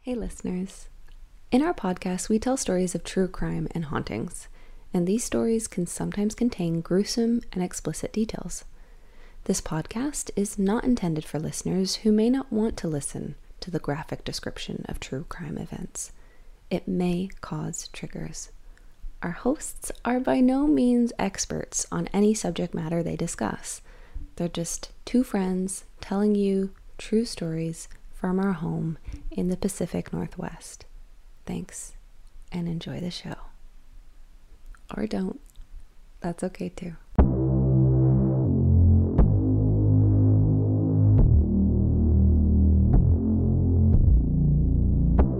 Hey, listeners. In our podcast, we tell stories of true crime and hauntings, and these stories can sometimes contain gruesome and explicit details. This podcast is not intended for listeners who may not want to listen to the graphic description of true crime events. It may cause triggers. Our hosts are by no means experts on any subject matter they discuss. They're just two friends telling you true stories from our home in the Pacific Northwest. Thanks and enjoy the show. Or don't. That's okay too.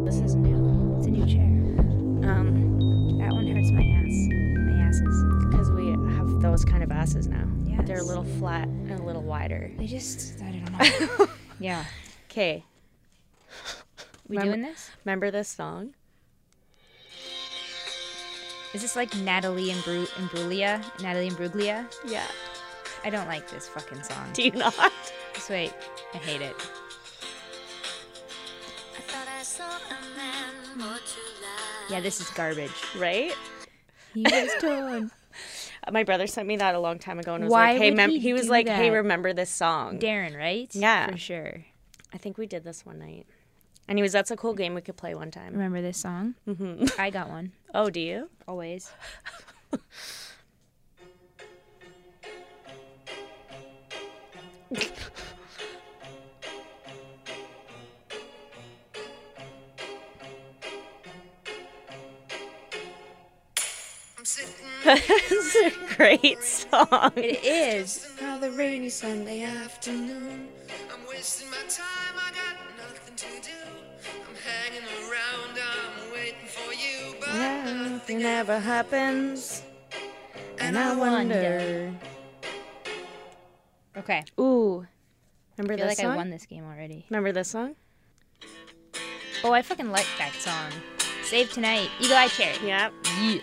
This is new. It's a new chair. Um, That one hurts my ass. My asses. because we have those kind of asses now. Yes. They're a little flat and a little wider. I just, I don't know. yeah. Okay. We Remember- doing this? Remember this song? Is this like Natalie and, Bru- and Bruglia? Natalie and Bruglia? Yeah. I don't like this fucking song. Do you not? Just wait. I hate it. I thought I saw a man more to life. Yeah, this is garbage. Right? He was torn. My brother sent me that a long time ago and was Why like, "Hey, would mem-, he was do like, "Hey, that? remember this song?" Darren, right? Yeah. For sure. I think we did this one night. Anyways, that's a cool game we could play one time. Remember this song? hmm I got one. Oh, do you? Always. I'm sitting it's a great song. It is. another rainy Sunday afternoon. I'm wasting my time, I got nothing to do. I'm hanging around, I'm waiting for you, but Nothing ever happens, and I wonder. Okay. Ooh, remember I feel this like song? I won this game already. Remember this song? Oh, I fucking like that song. Save tonight. Eagle Eye Cherry. Yep. Yeah.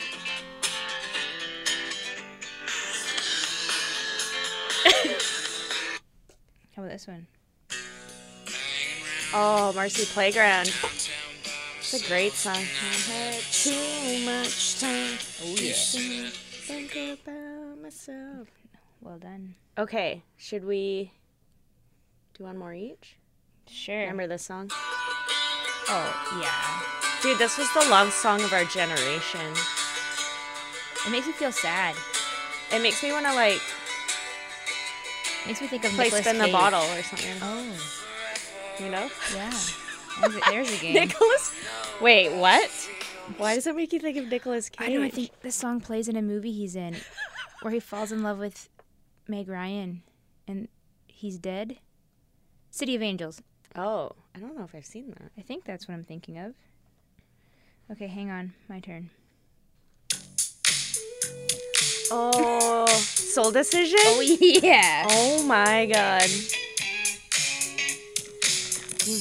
How about this one? Oh, Marcy Playground. It's a great song. I had too much time. Oh yeah. to Think about myself. Well done. Okay, should we do one more each? Sure. Remember this song? Oh yeah. Dude, this was the love song of our generation. It makes me feel sad. It makes me want to like makes me think of play Nicolas spin the Cage. bottle or something. Oh You know? yeah. There's a, there's a game. Nicholas. Wait, what? Why does it make you think of Nicholas Cage? I know. I think this song plays in a movie he's in, where he falls in love with Meg Ryan, and he's dead. City of Angels. Oh, I don't know if I've seen that. I think that's what I'm thinking of. Okay, hang on. My turn. Oh, Soul Decision. Oh yeah. Oh my god. I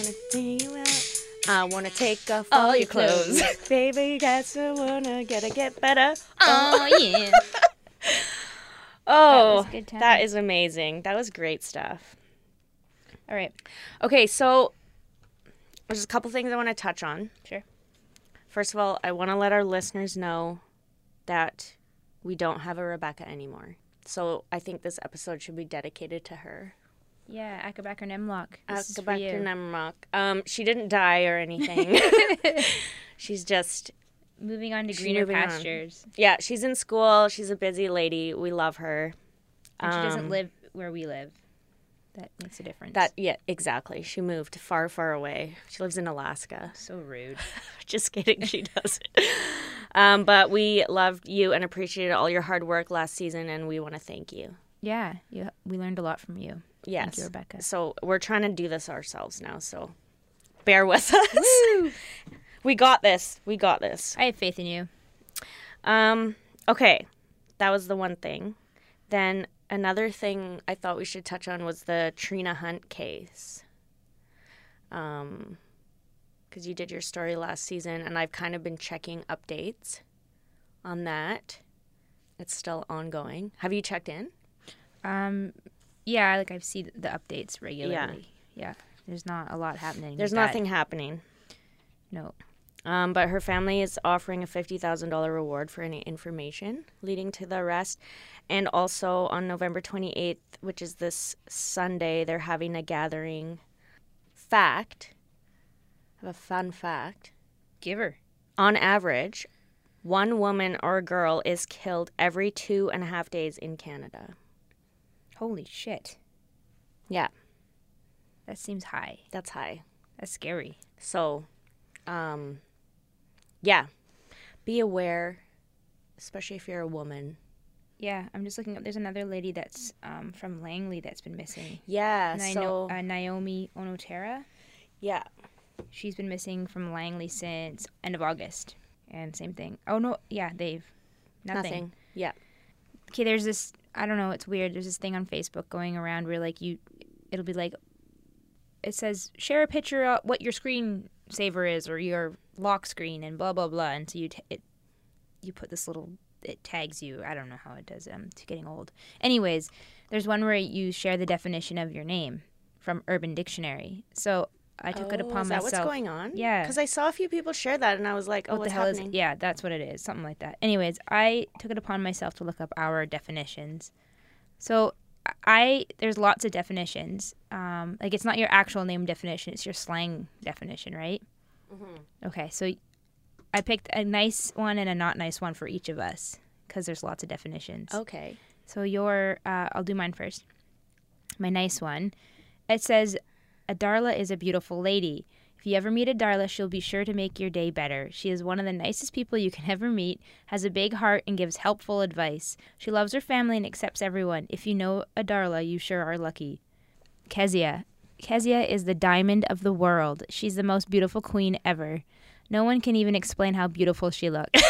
wanna take you out. I wanna take off all, your clothes. Baby, you got to wanna gotta get better. Oh yeah. Oh, good time. that is amazing. That was great stuff. All right. Okay, so there's a couple things I want to touch on. Sure. First of all, I want to let our listeners know that we don't have a Rebecca anymore. So I think this episode should be dedicated to her. Yeah, Ackerbacker Nemlock. This is for you. Akabakar Namrak. Um, she didn't die or anything. she's just Moving on to greener moving on. pastures. yeah, she's in school. She's a busy lady. We love her. And she doesn't Um, live where we live. That makes a difference. That yeah, exactly. She moved far, far away. She lives in Alaska. so rude. Just kidding, she doesn't. um, but we loved you and appreciated all your hard work last season, and we want to thank you. Yeah, you, we learned a lot from you. Yes, you, Rebecca. So we're trying to do this ourselves now. So bear with us. we got this. We got this. I have faith in you. Um, okay. That was the one thing. Then another thing I thought we should touch on was the Trina Hunt case. Um, because you did your story last season, and I've kind of been checking updates on that. It's still ongoing. Have you checked in? Um, yeah, like I see the updates regularly. Yeah. There's not a lot happening. There's with that. nothing happening. No. Um, but her family is offering a $50,000 reward for any information leading to the arrest. And also on November 28th, which is this Sunday, they're having a gathering. Fact, I have a fun fact. Give her. On average, one woman or girl is killed every two and a half days in Canada. Holy shit. Yeah, That seems high. that's high. That's scary. So, um, yeah, be aware, especially if you're a woman. Yeah, I'm just looking up. There's another lady that's um, from Langley that's been missing. Yeah, Ni- so uh, Naomi Onotera. yeah, She's been missing from Langley since end of August. And same thing. Oh no, yeah, they've nothing. nothing. Yeah, okay, there's this I don't know, it's weird. There's this thing on Facebook going around where like you it'll be like it says share a picture of what your screensaver is or your lock screen and blah blah blah and so you t- it you put this little it tags you. I don't know how it does it. I'm t- getting old. Anyways, there's one where you share the definition of your name from Urban Dictionary. So I took it Oh, upon is that myself. What's going on? Yeah. because I saw a few people share that, and I was like, oh, what what's the hell happening? is yeah that's what it is something like that anyways i took it upon myself to look up our definitions so i there's lots of definitions um, like it's not your actual name definition it's your slang definition right Mm-hmm. okay so i picked a nice one and a not nice one for each of us because there's lots of definitions Okay. so your, uh, I'll do mine first. My nice one. It says, "A Darla is a beautiful lady. If you ever meet a Darla, she'll be sure to make your day better. She is one of the nicest people you can ever meet. Has a big heart and gives helpful advice. She loves her family and accepts everyone. If you know a Darla, you sure are lucky." Kezia. Kezia is the diamond of the world. She's the most beautiful queen ever. No one can even explain how beautiful she looks.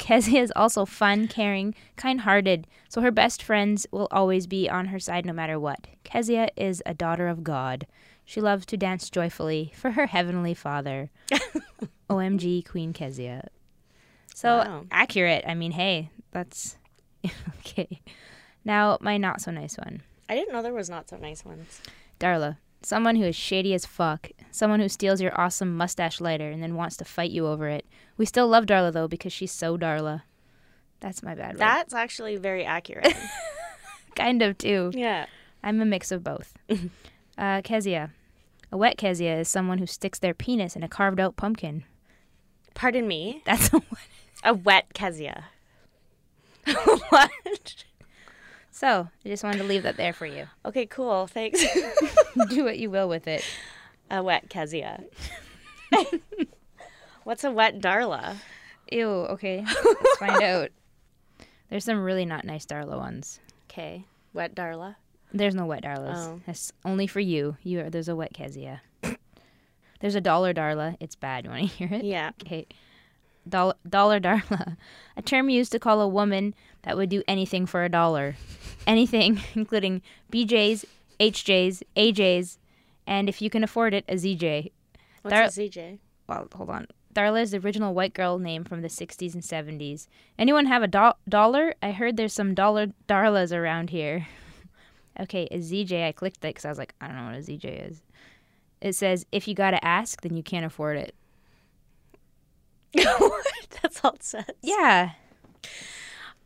Kezia is also fun, caring, kind hearted, so her best friends will always be on her side no matter what. Kezia is a daughter of God. She loves to dance joyfully for her heavenly father. OMG, Queen Kezia. So Wow. accurate. I mean, hey, that's okay. Now, my not so nice one. I didn't know there was not so nice ones. Darla, someone who is shady as fuck, someone who steals your awesome mustache lighter and then wants to fight you over it. We still love Darla though because she's so Darla. That's my bad word. That's actually very accurate. kind of too. yeah. I'm a mix of both. uh, Kezia, a wet Kezia is someone who sticks their penis in a carved out pumpkin. Pardon me. That's a wet. A wet Kezia. what? So I just wanted to leave that there for you. Okay, cool. Thanks. Do what you will with it. a wet Kezia. What's a wet Darla? Ew. Okay. Let's find out. There's some really not nice Darla ones. Okay, wet Darla. There's no wet Darlas. Oh. That's only for you. You are, there's a wet Kezia. there's a dollar Darla. It's bad. You want to hear it? Yeah. Okay. Doll- dollar Darla, a term used to call a woman that would do anything for a dollar, anything, including BJ's, HJ's, AJ's, and if you can afford it, a ZJ. What's Dar- a CJ? Well, hold on. Darla is the original white girl name from the 60s and 70s. Anyone have a do- dollar? I heard there's some dollar Darlas around here. okay, a ZJ. I clicked it because I was like, I don't know what a ZJ is. It says, if you gotta ask, then you can't afford it. That's all it says. Yeah.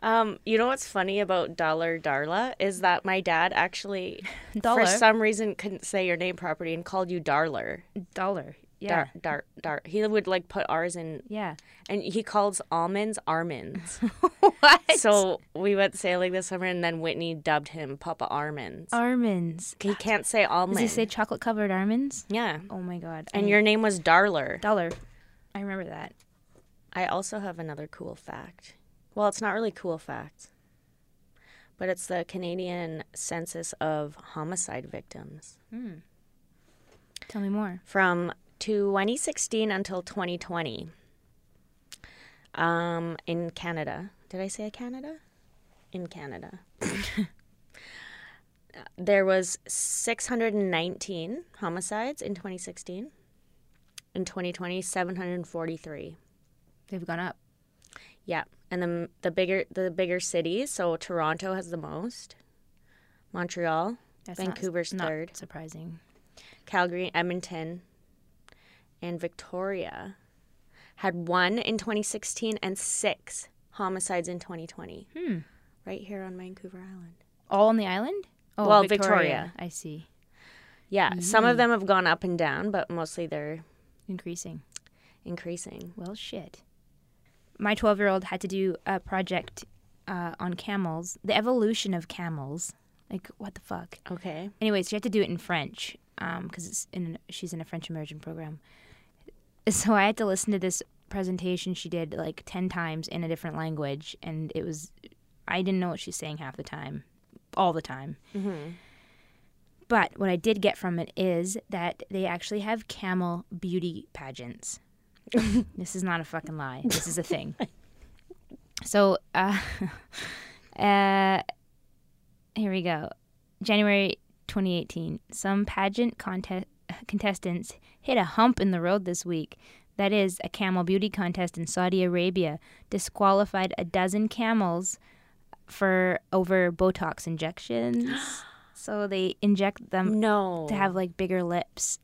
Um, you know what's funny about Dollar Darla is that my dad actually, Dollar. for some reason, couldn't say your name properly and called you Darler. Dollar. Yeah. Dar, dar, dar. He would like put R's in, Yeah. and he calls almonds almonds. what? so we went sailing this summer, and then Whitney dubbed him Papa Armands. Almonds. he can't say almonds. Oh, Does he say chocolate covered almonds? yeah. Oh my god. And I- your name was Darler. dollar. I remember that. I also have another cool fact. Well, it's not really cool fact, but it's the Canadian census of homicide victims Tell me more. from 2016 until 2020 um, in Canada. Did I say Canada? In Canada. there was 619 homicides in 2016. In 2020, 743. They've gone up. Yeah, and the the bigger the bigger cities. So Toronto has the most. Montreal, That's not- Vancouver's not third. surprising. Calgary, Edmonton, and Victoria had one in 2016 and six homicides in 2020. Hmm. Right here on Vancouver Island. All on the island? Oh, Well, Victoria. I see. Yeah, some of them have gone up and down, but mostly they're Increasing. increasing. Well, shit. My 12 year old had to do a project uh, on camels, the evolution of camels. Like, what the fuck? Okay. Anyways, she had to do it in French because it's in she's in a French immersion program. So I had to listen to this presentation she did like ten times in a different language, and it was I didn't know what she's saying half the time, all the time. But what I did get from it is that they actually have camel beauty pageants. this is not a fucking lie. This is a thing. so, uh, uh, here we go. January 2018, some pageant contest- contestants hit a hump in the road this week. That is, a camel beauty contest in Saudi Arabia disqualified a dozen camels for over Botox injections. so they inject Mm. them No. to have like bigger lips.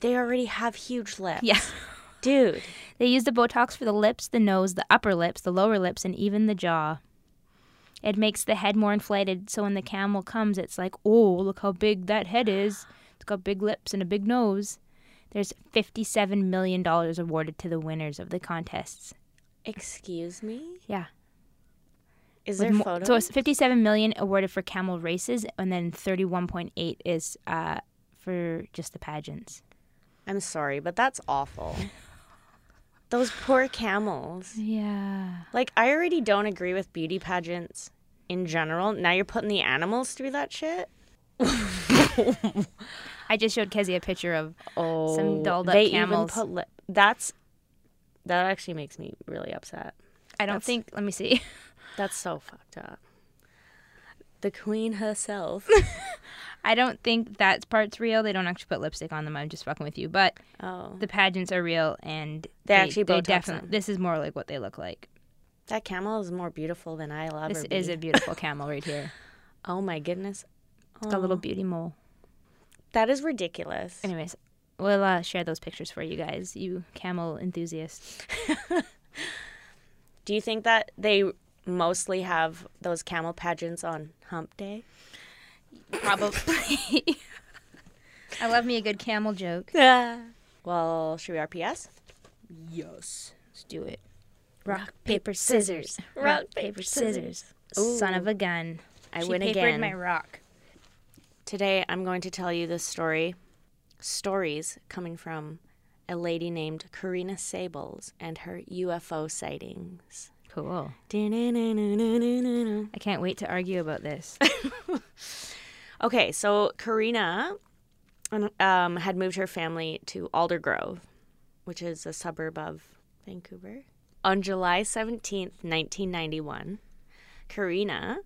they already have huge lips. Yeah. Dude. They use the Botox for the lips, the nose, the upper lips, the lower lips, and even the jaw. It makes the head more inflated, so when the camel comes, it's like, oh, look how big that head is. It's got big lips and a big nose. There's $57 million awarded to the winners of the contests. Excuse me? Yeah. Is With there mo- photos? So it's 57 million awarded for camel races, and then 31.8 is uh, for just the pageants. I'm sorry, but that's awful. Those poor camels. Yeah. Like, I already don't agree with beauty pageants in general. Now you're putting the animals through that shit? I just showed Kezia a picture of Oh, some dolled up they even camels. put lip. That's that actually makes me really upset. I don't think. Let me see. That's so fucked up. The queen herself. I don't think that part's real. They don't actually put lipstick on them. I'm just fucking with you. But oh, the pageants are real, and They actually Botox them. This is more like what they look like. that camel is more beautiful than I'll ever This be. is a beautiful camel right here. oh my goodness, It's got a little beauty mole. that is ridiculous. Anyways, we'll uh, share those pictures for you guys, you camel enthusiasts. Do you think that they mostly have those camel pageants on Hump Day? Probably. I love me a good camel joke. well, should we RPS? Yes. Let's do it. Rock, paper, scissors. Rock, paper, Son of a gun. I she win papered again. my rock. Today, I'm going to tell you this story. Stories coming from a lady named Karina Sables and her UFO sightings. Cool. Da-na-na-na-na-na-na. I can't wait to argue about this. Okay, so Karina um, had moved her family to Aldergrove, which is a suburb of Vancouver. On July 17th, 1991, Karina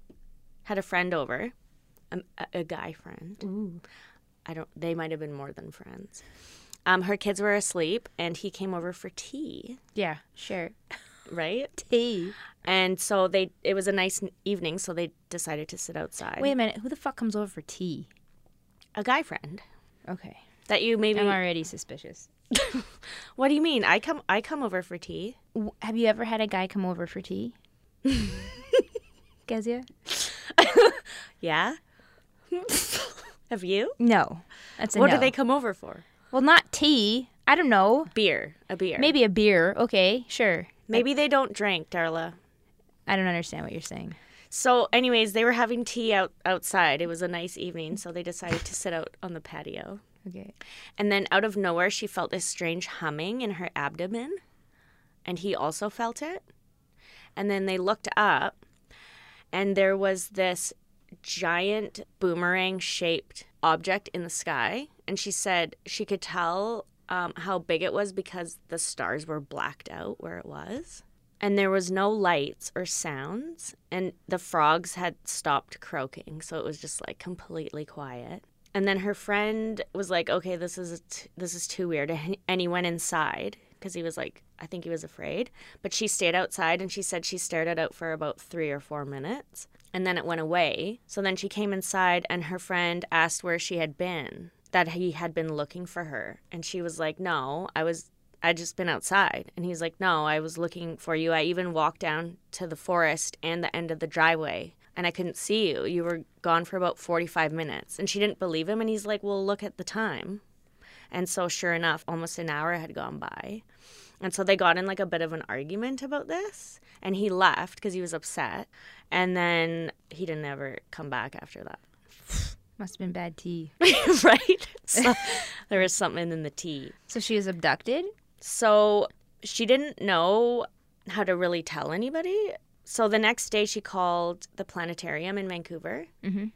had a friend over, um, a, a guy friend. I don't, they might have been more than friends. Um, her kids were asleep, and he came over for tea, yeah, sure. right? Tea. And so they, it was a nice evening, so they decided to sit outside. Wait a minute. Who the fuck comes over for tea? a guy friend Okay. that you maybe I'm already suspicious. What do you mean? I come I come over for tea. W- Have you ever had a guy come over for tea? Kezia? Yeah. Have you? No. That's a What no. do they come over for? Well, not tea. I don't know. Beer. A beer. Maybe a beer. Okay, sure. Maybe they don't drink, Darla. I don't understand what you're saying. So, anyways, they were having tea out outside. It was a nice evening, so they decided to sit out on the patio. Okay. And then out of nowhere, she felt this strange humming in her abdomen, and he also felt it. And then they looked up, and there was this giant boomerang shaped object in the sky. And she said she could tell um, how big it was because the stars were blacked out where it was. And there was no lights or sounds, and the frogs had stopped croaking, so it was just like completely quiet. And then her friend was like, "Okay, this is t- this is too weird," and and he went inside because he was like, I think he was afraid. But she stayed outside, and she said she stared it out for about three or four minutes, and then it went away. So then she came inside, and her friend asked where she had been, that he had been looking for her. And she was like, No, I was, I just been outside. And he's like, No, I was looking for you. I even walked down to the forest and the end of the driveway and I couldn't see you. You were gone for about 45 minutes. And she didn't believe him. And he's like, Well, look at the time. And so, sure enough, almost an hour had gone by. And so they got in like a bit of an argument about this. And he left because he was upset. And then he didn't ever come back after that. Must have been bad tea. right? So there was something in the tea. So she was abducted? So she didn't know how to really tell anybody. So the next day, she called the planetarium in Vancouver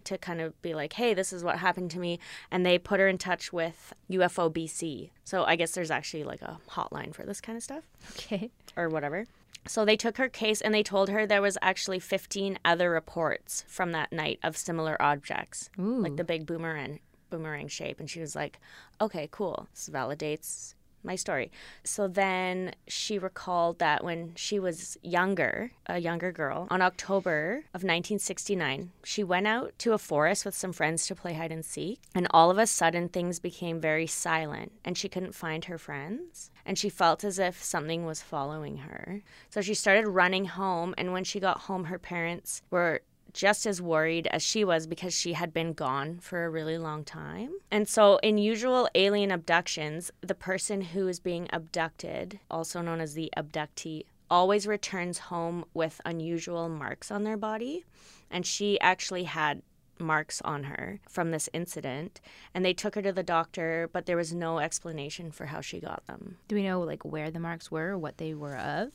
to kind of be like, hey, this is what happened to me. And they put her in touch with UFO BC. So I guess there's actually like a hotline for this kind of stuff Okay. or whatever. So they took her case and they told her there was actually 15 other reports from that night of similar objects, like the big boomerang boomerang shape and she was like, "Okay, cool. This validates my story." So then she recalled that when she was younger, a younger girl, on October of 1969, she went out to a forest with some friends to play hide and seek, and all of a sudden things became very silent and she couldn't find her friends and she felt as if something was following her. So she started running home, and when she got home, her parents were just as worried as she was because she had been gone for a really long time. And so, in usual alien abductions, the person who is being abducted, also known as the abductee, always returns home with unusual marks on their body. And she actually had marks on her from this incident. And they took her to the doctor, but there was no explanation for how she got them. Do we know like where the marks were or what they were of?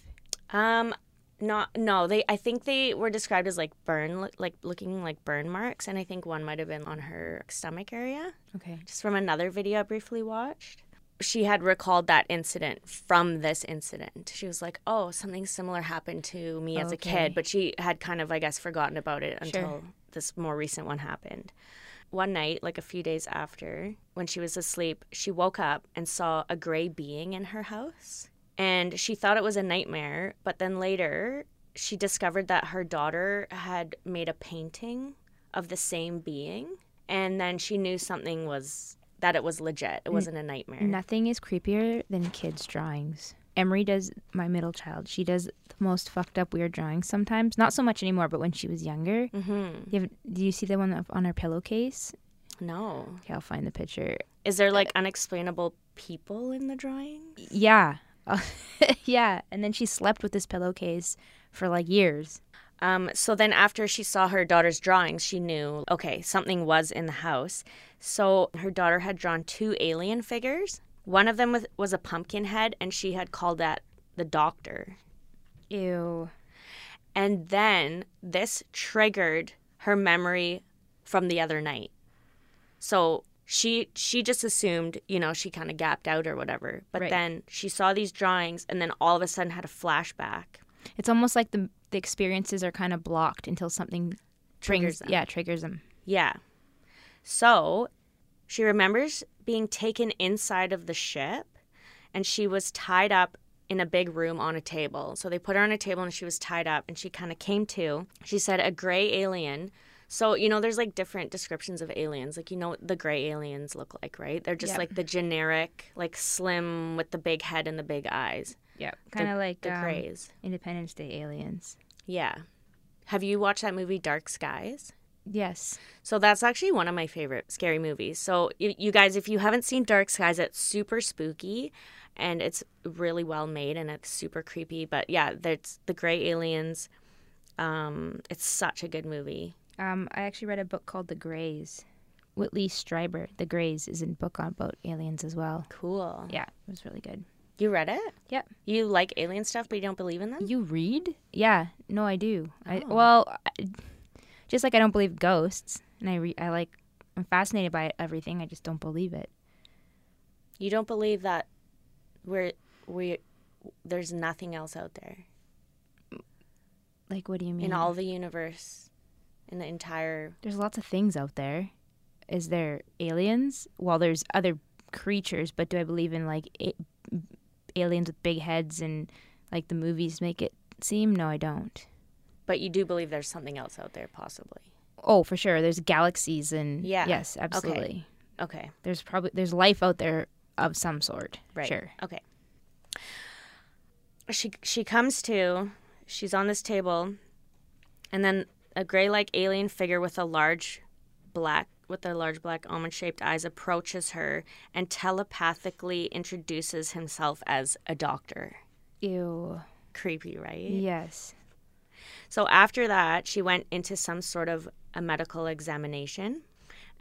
Um, not no. They I think they were described as like burn, look- like looking like burn marks, and I think one might have been on her stomach area. Okay. Just from another video I briefly watched, she had recalled that incident from this incident. She was like, "Oh, something similar happened to me as a Okay. kid," but she had kind of, I guess, forgotten about it until this more recent one happened. One night, like a few days after, when she was asleep, she woke up and saw a gray being in her house. And she thought it was a nightmare, but then later she discovered that her daughter had made a painting of the same being. And then she knew something was that it was legit. It wasn't a nightmare. Nothing is creepier than kids' drawings. Emery does my middle child. She does the most fucked up weird drawings sometimes. Not so much anymore, but when she was younger, mm-hmm. you have, do you see the one up on her pillowcase? no. Okay, I'll find the picture. Is there like unexplainable people in the drawing? Yeah, yeah. And then she slept with this pillowcase for like years. Um, so then, after she saw her daughter's drawings, she knew, okay, something was in the house. So her daughter had drawn two alien figures. One of them was, was a pumpkin head, and she had called that the doctor. Ew. And then this triggered her memory from the other night. So she she just assumed, you know, she kind of gapped out or whatever. But Right. then she saw these drawings, and then all of a sudden had a flashback. It's almost like the the experiences are kind of blocked until something triggers. them. Yeah, triggers them. Yeah. So she remembers being taken inside of the ship and she was tied up in a big room on a table. So they put her on a table and she was tied up and she kind of came to. She said, a gray alien. So, you know, there's like different descriptions of aliens. Like, you know what the gray aliens look like, right? They're just Yep. like the generic, like slim with the big head and the big eyes. Yeah, The- kind of like the um, grays. Independence Day aliens. Yeah. Have you watched that movie, Dark Skies? Yes. So that's actually one of my favorite scary movies. So you, you guys, if you haven't seen Dark Skies, it's super spooky, and it's really well made and it's super creepy. But yeah, that's the gray aliens. Um, it's such a good movie. Um, I actually read a book called The Greys. Whitley Strieber, The Greys, is in book on about aliens as well. Cool. Yeah, it was really good. You read it? Yep. You like alien stuff, but you don't believe in them? You read? Oh. Yeah. No, I do. I well, I, just like I don't believe ghosts, and I re- I like I'm fascinated by everything. I just don't believe it. You don't believe that we're we there's nothing else out there Like, what do you mean? in all the universe, in the entire. There's lots of things out there. Is there aliens? Well, there's other creatures, but do I believe in like a- aliens with big heads and like the movies make it seem? No, I don't. But you do believe there's something else out there, possibly. Oh, for sure. There's galaxies and Yeah. yes, Okay. absolutely. Okay. There's probably there's life out there of some sort. Right. Sure. Okay. She she comes to, she's on this table, and then a gray like alien figure with a large black with their large black almond shaped eyes approaches her and telepathically introduces himself as a doctor. Ew. Creepy, right? Yes. So after that, she went into some sort of a medical examination.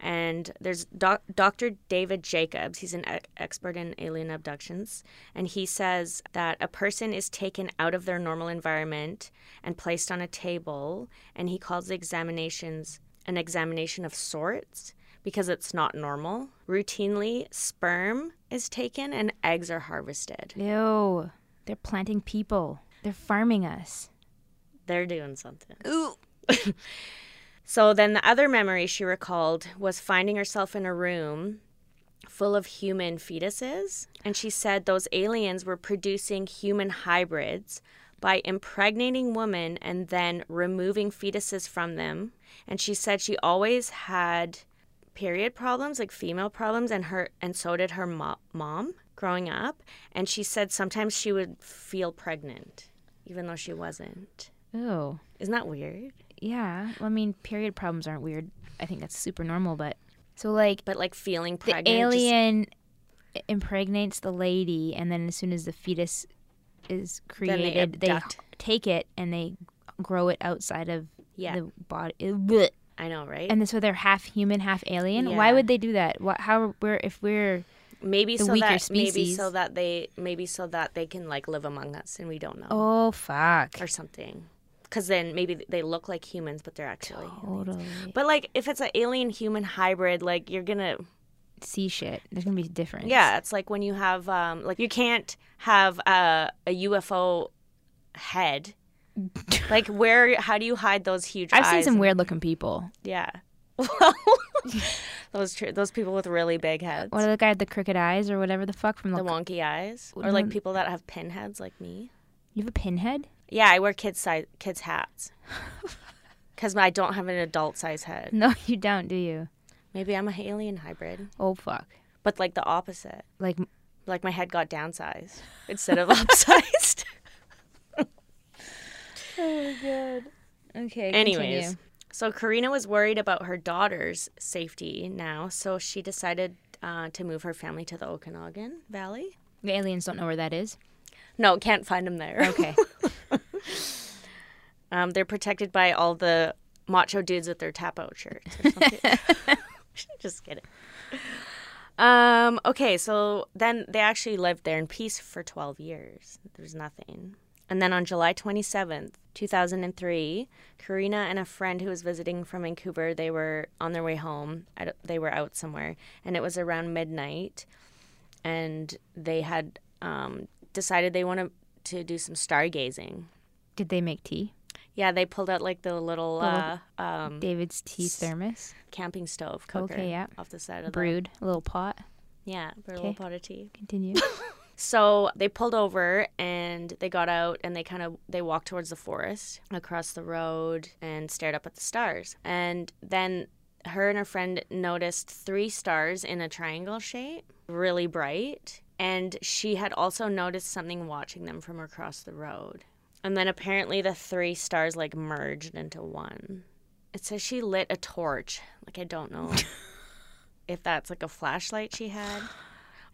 And there's doc- Dr. David Jacobs. He's an e- expert in alien abductions. And he says that a person is taken out of their normal environment and placed on a table. And he calls the examinations an examination of sorts because it's not normal. Routinely, sperm is taken and eggs are harvested. Ew. They're planting people. They're farming us. They're doing something. Ooh. so then the other memory she recalled was finding herself in a room full of human fetuses. And she said those aliens were producing human hybrids by impregnating women and then removing fetuses from them. And she said she always had period problems, like female problems, and her and so did her mo- mom growing up. And she said sometimes she would feel pregnant, even though she wasn't. Ew. Isn't that weird? Yeah. Well, I mean, period problems aren't weird. I think that's super normal, but so like But like feeling the pregnant. just- alien i- impregnates the lady and then as soon as the fetus is they created, they, h- abduct. take it and they grow it outside of Yeah. the body. Ew, bleh. I know, right? And so they're half human, half alien. Why Yeah. would they do that? What, how we're if we're maybe the so weaker that maybe species. so that they maybe so that they can like live among us and we don't know oh fuck or something. Because then maybe they look like humans, but they're actually. totally But like if it's an alien human hybrid, like you're gonna see shit. There's gonna be a difference. yeah, it's like when you have um like you can't have a, a UFO head. like where? How do you hide those huge? I've seen eyes some and- weird looking people. Yeah. those tr- those people with really big heads. What the guy with the crooked eyes or whatever the fuck from the, the wonky eyes or no, like th- people that have pinheads like me you have a pinhead? yeah i wear kids size kids hats because i don't have an adult size head No, you don't, do you? maybe i'm a alien hybrid Oh fuck! but like the opposite Like like my head got downsized instead of upsized okay. anyways so karina was worried about her daughter's safety now so she decided uh, to move her family to the okanagan valley the aliens don't know where that is. no can't find them there Okay. Um, they're protected by all the macho dudes with their tapo shirts. Or something. Just kidding. Um, okay, so then they actually lived there in peace for 12 years. There's nothing. And then on July 27th, 2003, Karina and a friend who was visiting from Vancouver, they were on their way home. I don't- They were out somewhere, and it was around midnight and they had um, decided they wanted to do some stargazing. Did they make tea? Yeah, they pulled out like the little uh, um, David's tea thermos, camping stove cooker Okay, yeah. off the side of brewed, a little pot. the yeah, for a little Okay. pot of tea. Continue. So they pulled over and they got out and they kind of they walked towards the forest across the road and stared up at the stars. And then her and her friend noticed three stars in a triangle shape, really bright. And she had also noticed something watching them from across the road. And then apparently the three stars like merged into one. It says she lit a torch. Like I don't know if that's like a flashlight she had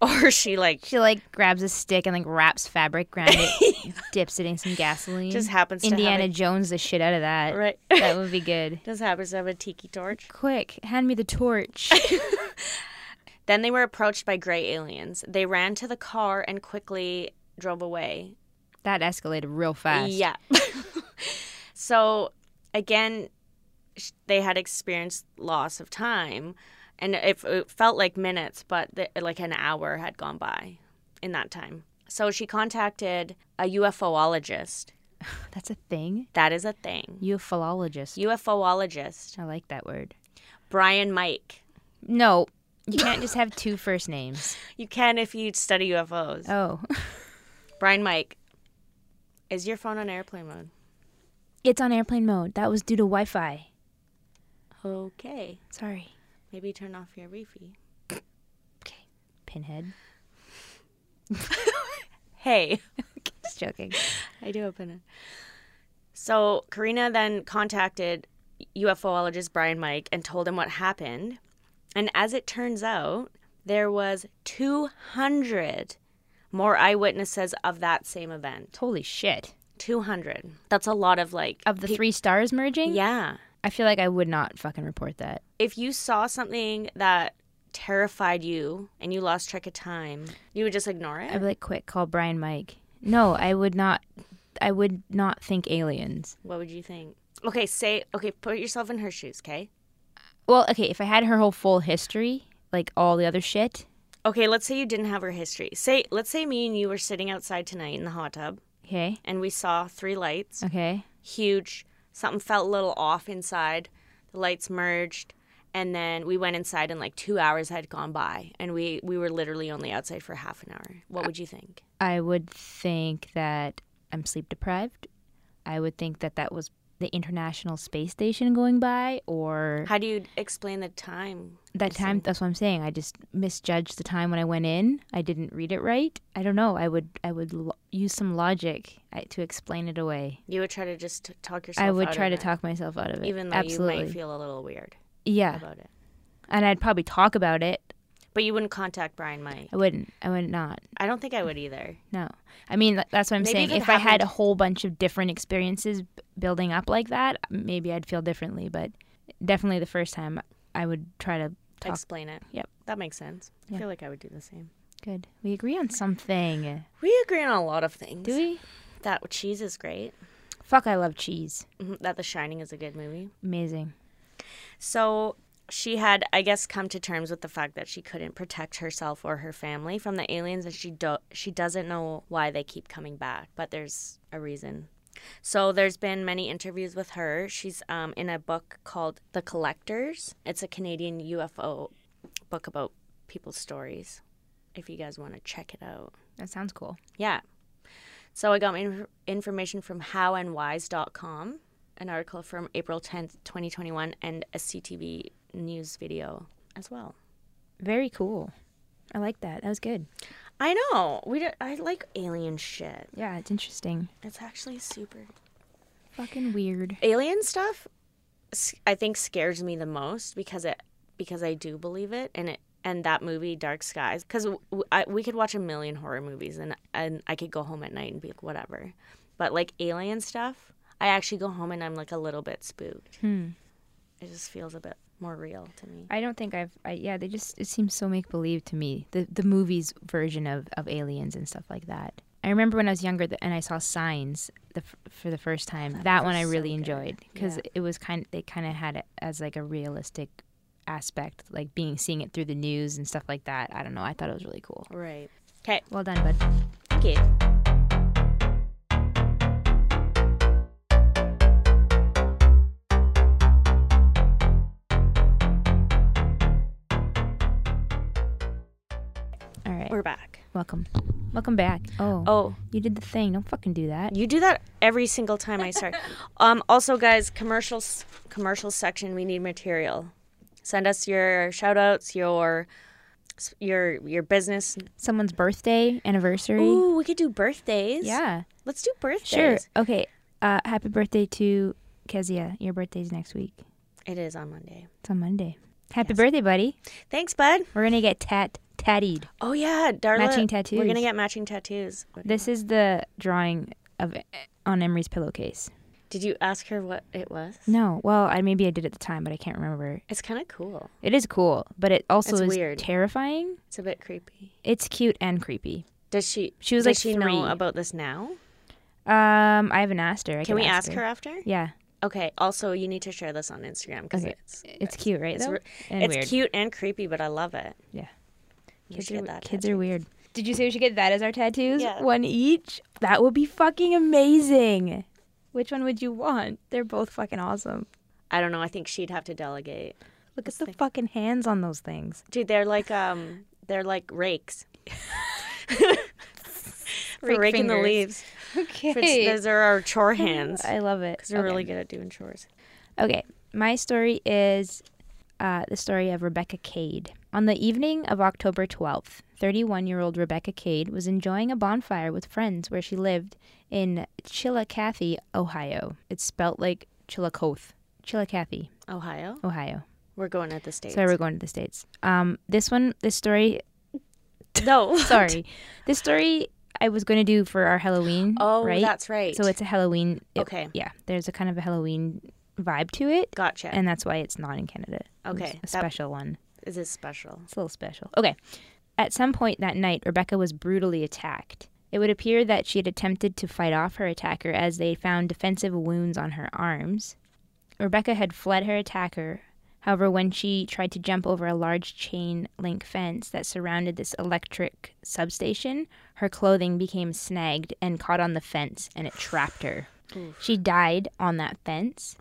or she like she like grabs a stick and like wraps fabric around it, dips it in some gasoline. Just happens to have Indiana it. Jones the shit out of that. Right. That would be good. Does happens to have a tiki torch. Quick, hand me the torch. Then they were approached by gray aliens. They ran to the car and quickly drove away. that escalated real fast. Yeah. so again, sh- they had experienced loss of time, and it, it felt like minutes, but the, like an hour had gone by in that time. So she contacted a UFOologist. That's a thing. That is a thing. Ufologist. UFOologist I like that word. Brian Mike. No, you can't just have two first names. You can if you study UFOs. Oh, Brian Mike, is your phone on airplane mode? it's on airplane mode. That was due to Wi-Fi. Okay. Sorry. Maybe turn off your refi. Pinhead. Hey. Just joking. I do open it. So Karina then contacted UFOologist Brian Mike and told him what happened. And as it turns out, there was 200 more eyewitnesses of that same event. Holy shit. 200. That's a lot of like Of the three stars merging? yeah. I feel like I would not fucking report that. If you saw something that terrified you and you lost track of time, you would just ignore it. I'd be like, quick, call Brian Mike. No, I would not. I would not think aliens. What would you think? Okay, say okay, put yourself in her shoes, okay? Well, okay, if I had her whole full history, like all the other shit, Okay, let's say you didn't have her history. Say, let's say me and you were sitting outside tonight in the hot tub, okay, and we saw three lights, okay, huge. Something felt a little off inside. The lights merged, and then we went inside, and like two hours had gone by, and we we were literally only outside for half an hour. Uh. What would you think? I would think that I'm sleep deprived. I would think that that was the International Space Station going by, or How do you explain the time? that time. That's what I'm saying. I just misjudged the time when I went in. I didn't read it right. I don't know. I would. I would lo- use some logic uh, to explain it away. You would try to just t- talk yourself. I would out try of to it, talk myself out of it. even though Absolutely. you might feel a little weird yeah, about it. and I'd probably talk about it. But you wouldn't contact Brian Mike. I wouldn't. I would not. I don't think I would either. No. I mean, tha- that's what I'm Maybe saying. if it If I had happened- a whole bunch of different experiences b- building up like that, maybe I'd feel differently. But definitely the first time, I would try to talk. Explain it. Yep. That makes sense. Yeah. I feel like I would do the same. Good. We agree on something. We agree on a lot of things. Do we? That cheese is great. Fuck, I love cheese. Mhm, That The Shining is a good movie. Amazing. So she had, I guess, come to terms with the fact that she couldn't protect herself or her family from the aliens, and she do- she doesn't know why they keep coming back, but there's a reason. So there's been many interviews with her. She's um, in a book called The Collectors. It's a Canadian UFO book about people's stories. If you guys want to check it out. That sounds cool. Yeah. So I got my inf- information from howandwise.com, an article from April 10th, 2021, and a CTV news video as well. Very cool. I like that. That was good. I know. We do, I like alien shit. Yeah, it's interesting. It's actually super Fucking weird. alien stuff s- I think scares me the most because it because I do believe it and it and that movie Dark Skies because we could watch a million horror movies and and I could go home at night and be like whatever but like alien stuff I actually go home and I'm like a little bit spooked it just feels a bit more real to me I don't think I've. I, yeah, they just. It seems so make believe to me. The the movies version of of aliens and stuff like that. I remember when I was younger th- and I saw Signs the, f- for the first time. That, one I was so really good. enjoyed because Yeah. it was kind. They kind of had it as like a realistic aspect, like being seeing it through the news and stuff like that. I don't know. I thought it was really cool. right okay Well done, bud. okay All right. we're back Welcome. Welcome back. Oh. oh You did the thing. Don't fucking do that. You do that every single time I start. um, also, guys, commercials, commercial section. We need material. Send us your shout outs, your your your business. Someone's birthday, anniversary. Ooh, we could do birthdays. Yeah. let's do birthdays. Sure. Okay. Uh, happy birthday to Kezia. Your birthday's next week. It is on Monday. It's on Monday. Happy birthday, buddy. Thanks, bud. We're gonna get tat tattied. Oh yeah, Darla. Matching We're tattoos. gonna get matching tattoos. This is the drawing of on Emery's pillowcase. Did you ask her what it was? No, well, I maybe I did at the time, but I can't remember. It's kind of cool. It is cool, but it also It's is weird. terrifying. It's a bit creepy. It's cute and creepy. Does she? She was does like she know three. about this now? Um, I haven't asked her. I Can could we ask her. her? after? Yeah, Okay. Also, you need to share this on Instagram because Okay. it's it's cute, right? It's, though? re- and it's weird. cute and creepy, but I love it. Yeah. You Kids, should are, get that kids tattoo. are weird. Did you say we should get that as our tattoos? Yeah. One each? That would be fucking amazing. Which one would you want? They're both fucking awesome. I don't know. I think she'd have to delegate. Look at the fucking hands on those things. Dude, they're like um, they're like rakes. For Rake raking the fingers. leaves. For- Okay. Those are our chore hands. I love it. Because we're Okay. really good at doing chores. Okay. My story is uh, the story of Rebecca Cade. On the evening of October 12th, 31 year old Rebecca Cade was enjoying a bonfire with friends where she lived in Chillicothe, Ohio. It's spelt like Chillicothe, Chillicothe, Ohio. Ohio. We're going at the states. Sorry, we're going to the States. Um, this one, this story, no. sorry. this story I was going to do for our Halloween. Oh, right? that's right. So it's a Halloween. it- Okay. Yeah, there's a kind of a Halloween vibe to it. gotcha. And that's why it's not in Canada. It's Okay, A that- special one. Is this special? It's a little special. Okay. At some point that night, Rebecca was brutally attacked. It would appear that she had attempted to fight off her attacker as they found defensive wounds on her arms. Rebecca had fled her attacker. However, when she tried to jump over a large chain link fence that surrounded this electric substation, her clothing became snagged and caught on the fence and it trapped her. She died on that fence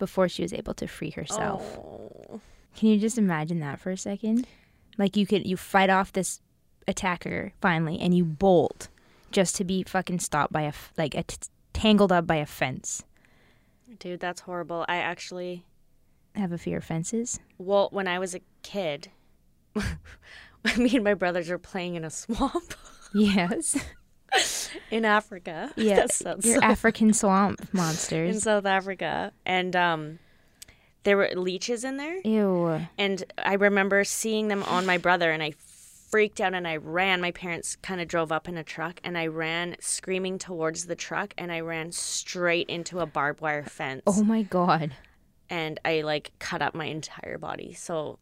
before she was able to free herself. Oh. Can you just imagine that for a second? Like you could you fight off this attacker finally and you bolt just to be fucking stopped by a f- like a t- tangled up by a fence. Dude, that's horrible. I actually, Have a fear of fences? well, when I was a kid, me and my brothers were playing in a swamp Yes. in Africa. Yeah. That sounds You're so- African swamp in monsters. South Africa. And um, there were leeches in there. Ew. And I remember seeing them on my brother, and I freaked out and I ran. My parents kind of drove up in a truck, and I ran screaming towards the truck, and I ran straight into a barbed wire fence. Oh my god. And I like cut up my entire body. So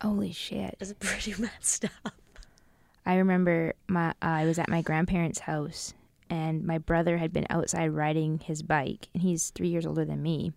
Holy shit. it was pretty messed up. I remember my I was at my grandparents' house and my brother had been outside riding his bike and he's 3 years older than me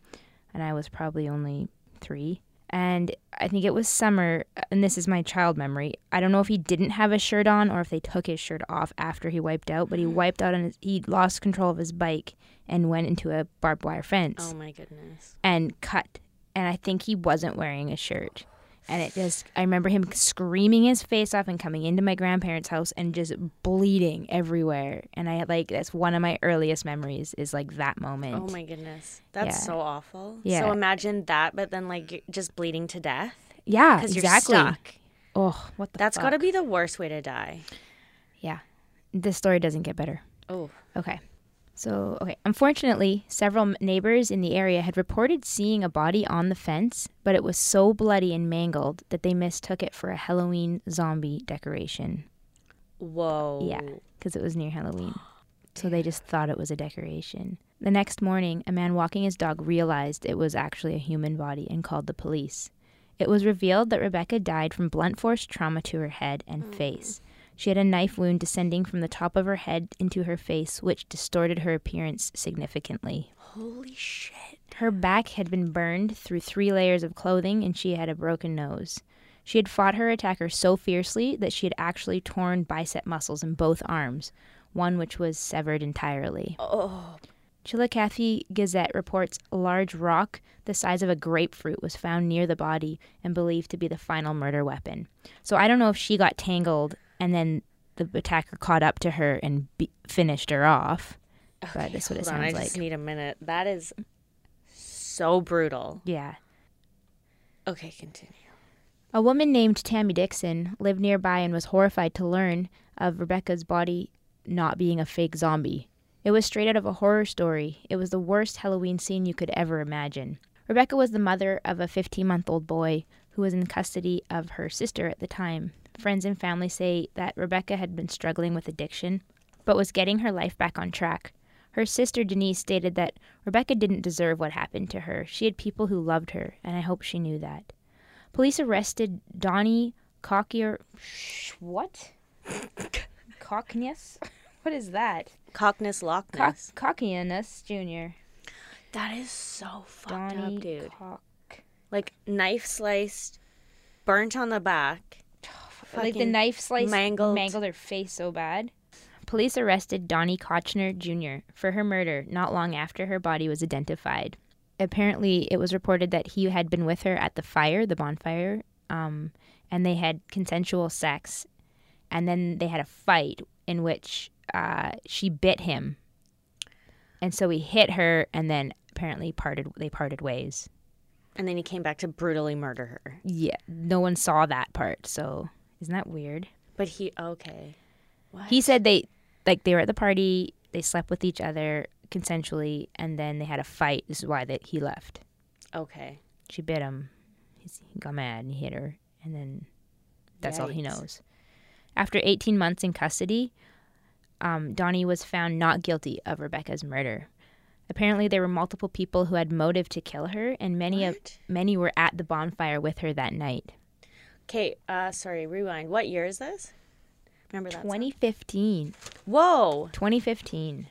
and I was probably only 3 and I think it was summer and this is my child memory. I don't know if he didn't have a shirt on or if they took his shirt off after he wiped out, but he wiped out on his, he lost control of his bike and went into a barbed wire fence Oh my goodness. and cut. And I think he wasn't wearing a shirt. And it just, I remember him screaming his face off and coming into my grandparents' house and just bleeding everywhere. And I like, that's one of my earliest memories is like that moment. Oh my goodness. That's Yeah. so awful. Yeah. So imagine that, but then like you're just bleeding to death Yeah, because exactly. you're stuck. Oh, what the That's fuck? got to be the worst way to die. Yeah. This story doesn't get better. Oh. Okay. So, okay. Unfortunately, several m- neighbors in the area had reported seeing a body on the fence, but it was so bloody and mangled that they mistook it for a Halloween zombie decoration. Whoa. Yeah, because it was near Halloween. So they just thought it was a decoration. The next morning, a man walking his dog realized it was actually a human body and called the police. It was revealed that Rebecca died from blunt force trauma to her head and Mm-hmm. face. She had a knife wound descending from the top of her head into her face, which distorted her appearance significantly. Holy shit. Her back had been burned through three layers of clothing, and she had a broken nose. She had fought her attacker so fiercely that she had actually torn bicep muscles in both arms, one which was severed entirely. Oh. Chillicothe Gazette reports a large rock the size of a grapefruit was found near the body and believed to be the final murder weapon. So I don't know if she got tangled and then the attacker caught up to her and be- finished her off. but that's what it Hold on, I sounds just like. need a minute. That is so brutal. yeah. Okay, continue. A woman named Tammy Dixon lived nearby and was horrified to learn of Rebecca's body not being a fake zombie. It was straight out of a horror story. It was the worst Halloween scene you could ever imagine. Rebecca was the mother of a 15 month old boy who was in custody of her sister at the time. Friends and family say that Rebecca had been struggling with addiction, but was getting her life back on track. Her sister Denise stated that Rebecca didn't deserve what happened to her. She had people who loved her, and I hope she knew that. Police arrested Donnie Cockier. Sh- What? Cockness? What is that? Cockness Loch Cock- Ness. Cockiness Jr. that is so fucked Donnie up, dude. Cock. like knife sliced, burnt on the back. Like the knife slice mangled. mangled her face so bad. Police arrested Donnie Kochner Jr. for her murder not long after her body was identified. Apparently, it was reported that he had been with her at the fire, the bonfire, um, and they had consensual sex. And then they had a fight in which uh, she bit him. And so he hit her, and then apparently parted. They parted ways. And then he came back to brutally murder her. Yeah, no one saw that part. So isn't that weird? But he, okay. What? He said they like they were at the party, they slept with each other consensually, and then they had a fight. This is why that he left. okay. She bit him. He's, he got mad and he hit her, and then that's all he Yikes. knows. After 18 months in custody, um, Donnie was found not guilty of Rebecca's murder. Apparently, there were multiple people who had motive to kill her, and many of What? many were at the bonfire with her that night. Okay, uh, sorry, rewind. What year is this? Remember that? song? 2015. Whoa. 2015.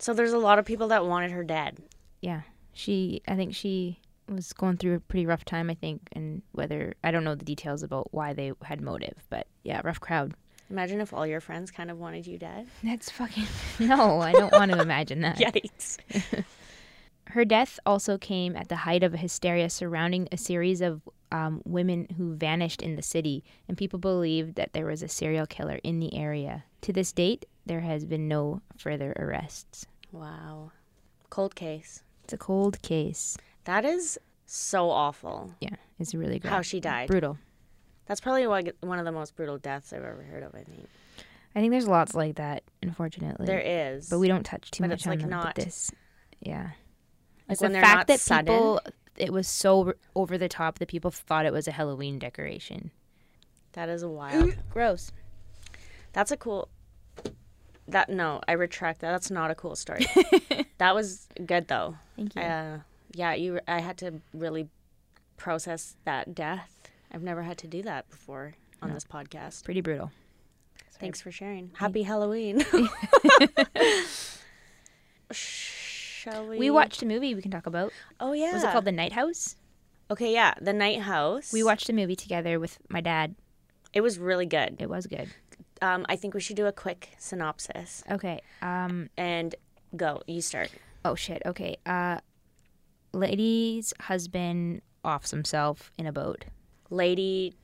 So there's a lot of people that wanted her dead. yeah she i think she was going through a pretty rough time i think and whether i don't know the details about why they had motive but yeah rough crowd Imagine if all your friends kind of wanted you dead. that's fucking no i don't want to imagine that Yikes. her death also came at the height of a hysteria surrounding a series of um, women who vanished in the city and people believed that there was a serial killer in the area to this date there has been no further arrests Wow. Cold case. it's a cold case That is so awful. yeah it's really gross. How she died. brutal That's probably one one of the most brutal deaths I've ever heard of, I think. i think there's lots like that unfortunately There is. but we don't touch too But much it's, on like, them, but not- this. Yeah, Like, like when the they're not fact that sudden. people it was so r- over the top that people thought it was a Halloween decoration. That is wild. Gross. That's a cool. That no, I retract that. That's not a cool story. that was good though. Thank you. Uh, yeah, you. I had to really process that death. I've never had to do that before on this podcast. Pretty brutal. Thanks for sharing. Happy Halloween. Shall we? We watched a movie we can talk about. Oh yeah. Was it called The Night House? Okay, yeah, The Night House. We watched a movie together with my dad. It was really good. It was good. Um, I think we should do a quick synopsis Okay. Um. and go. You start. Oh shit. Okay. Uh, lady's husband offs himself in a boat. lady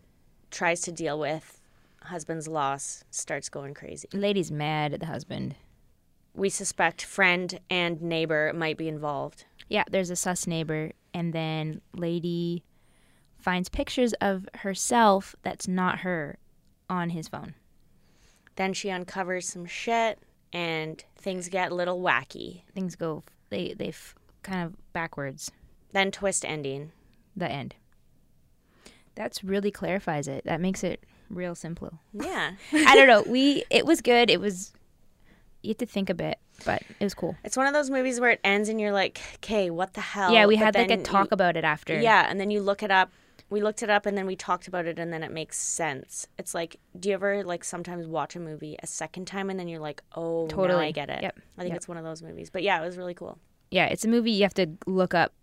tries to deal with husband's loss starts going crazy Lady's mad at the husband. we suspect friend and neighbor might be involved Yeah, there's a sus neighbor, and then lady finds pictures of herself that's not her on his phone. then she uncovers some shit and things get a little wacky Things go they they f- kind of backwards. then twist ending The end. That's really clarifies it. That makes it real simple. yeah I don't know. We it was good. It was you have to think a bit, but it was cool. it's one of those movies where it ends and you're like okay what the hell yeah, we Oh, But had like a then talk you- about it after. yeah and then you look it up we looked it up and then we talked about it and then it makes sense it's like do you ever like sometimes watch a movie a second time and then you're like oh totally Totally. i get it Yep. i think Yep. it's one of those movies but yeah it was really cool yeah, it's a movie you have to look up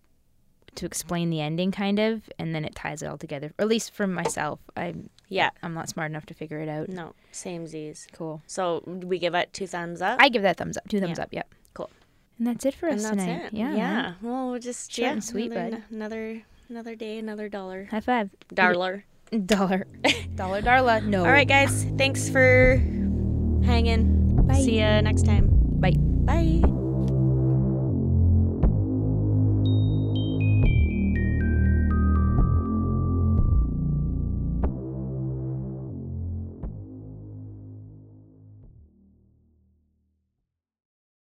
to explain the ending, kind of, and then it ties it all together. Or at least for myself, I'm Yeah. I'm not smart enough to figure it out. No, same Z's. Cool. So we give it two thumbs up. I give that thumbs up. Two thumbs up. Yep. Cool. And that's it for and us that's tonight. it. Yeah. Yeah. man. Well, we'll just Short yeah, and sweet, another, bud. another another day, another dollar, High five. dollar. Dollar. Dollar. Darla. No. All right, guys. Thanks for hanging. Bye. See you next time. Bye. Bye.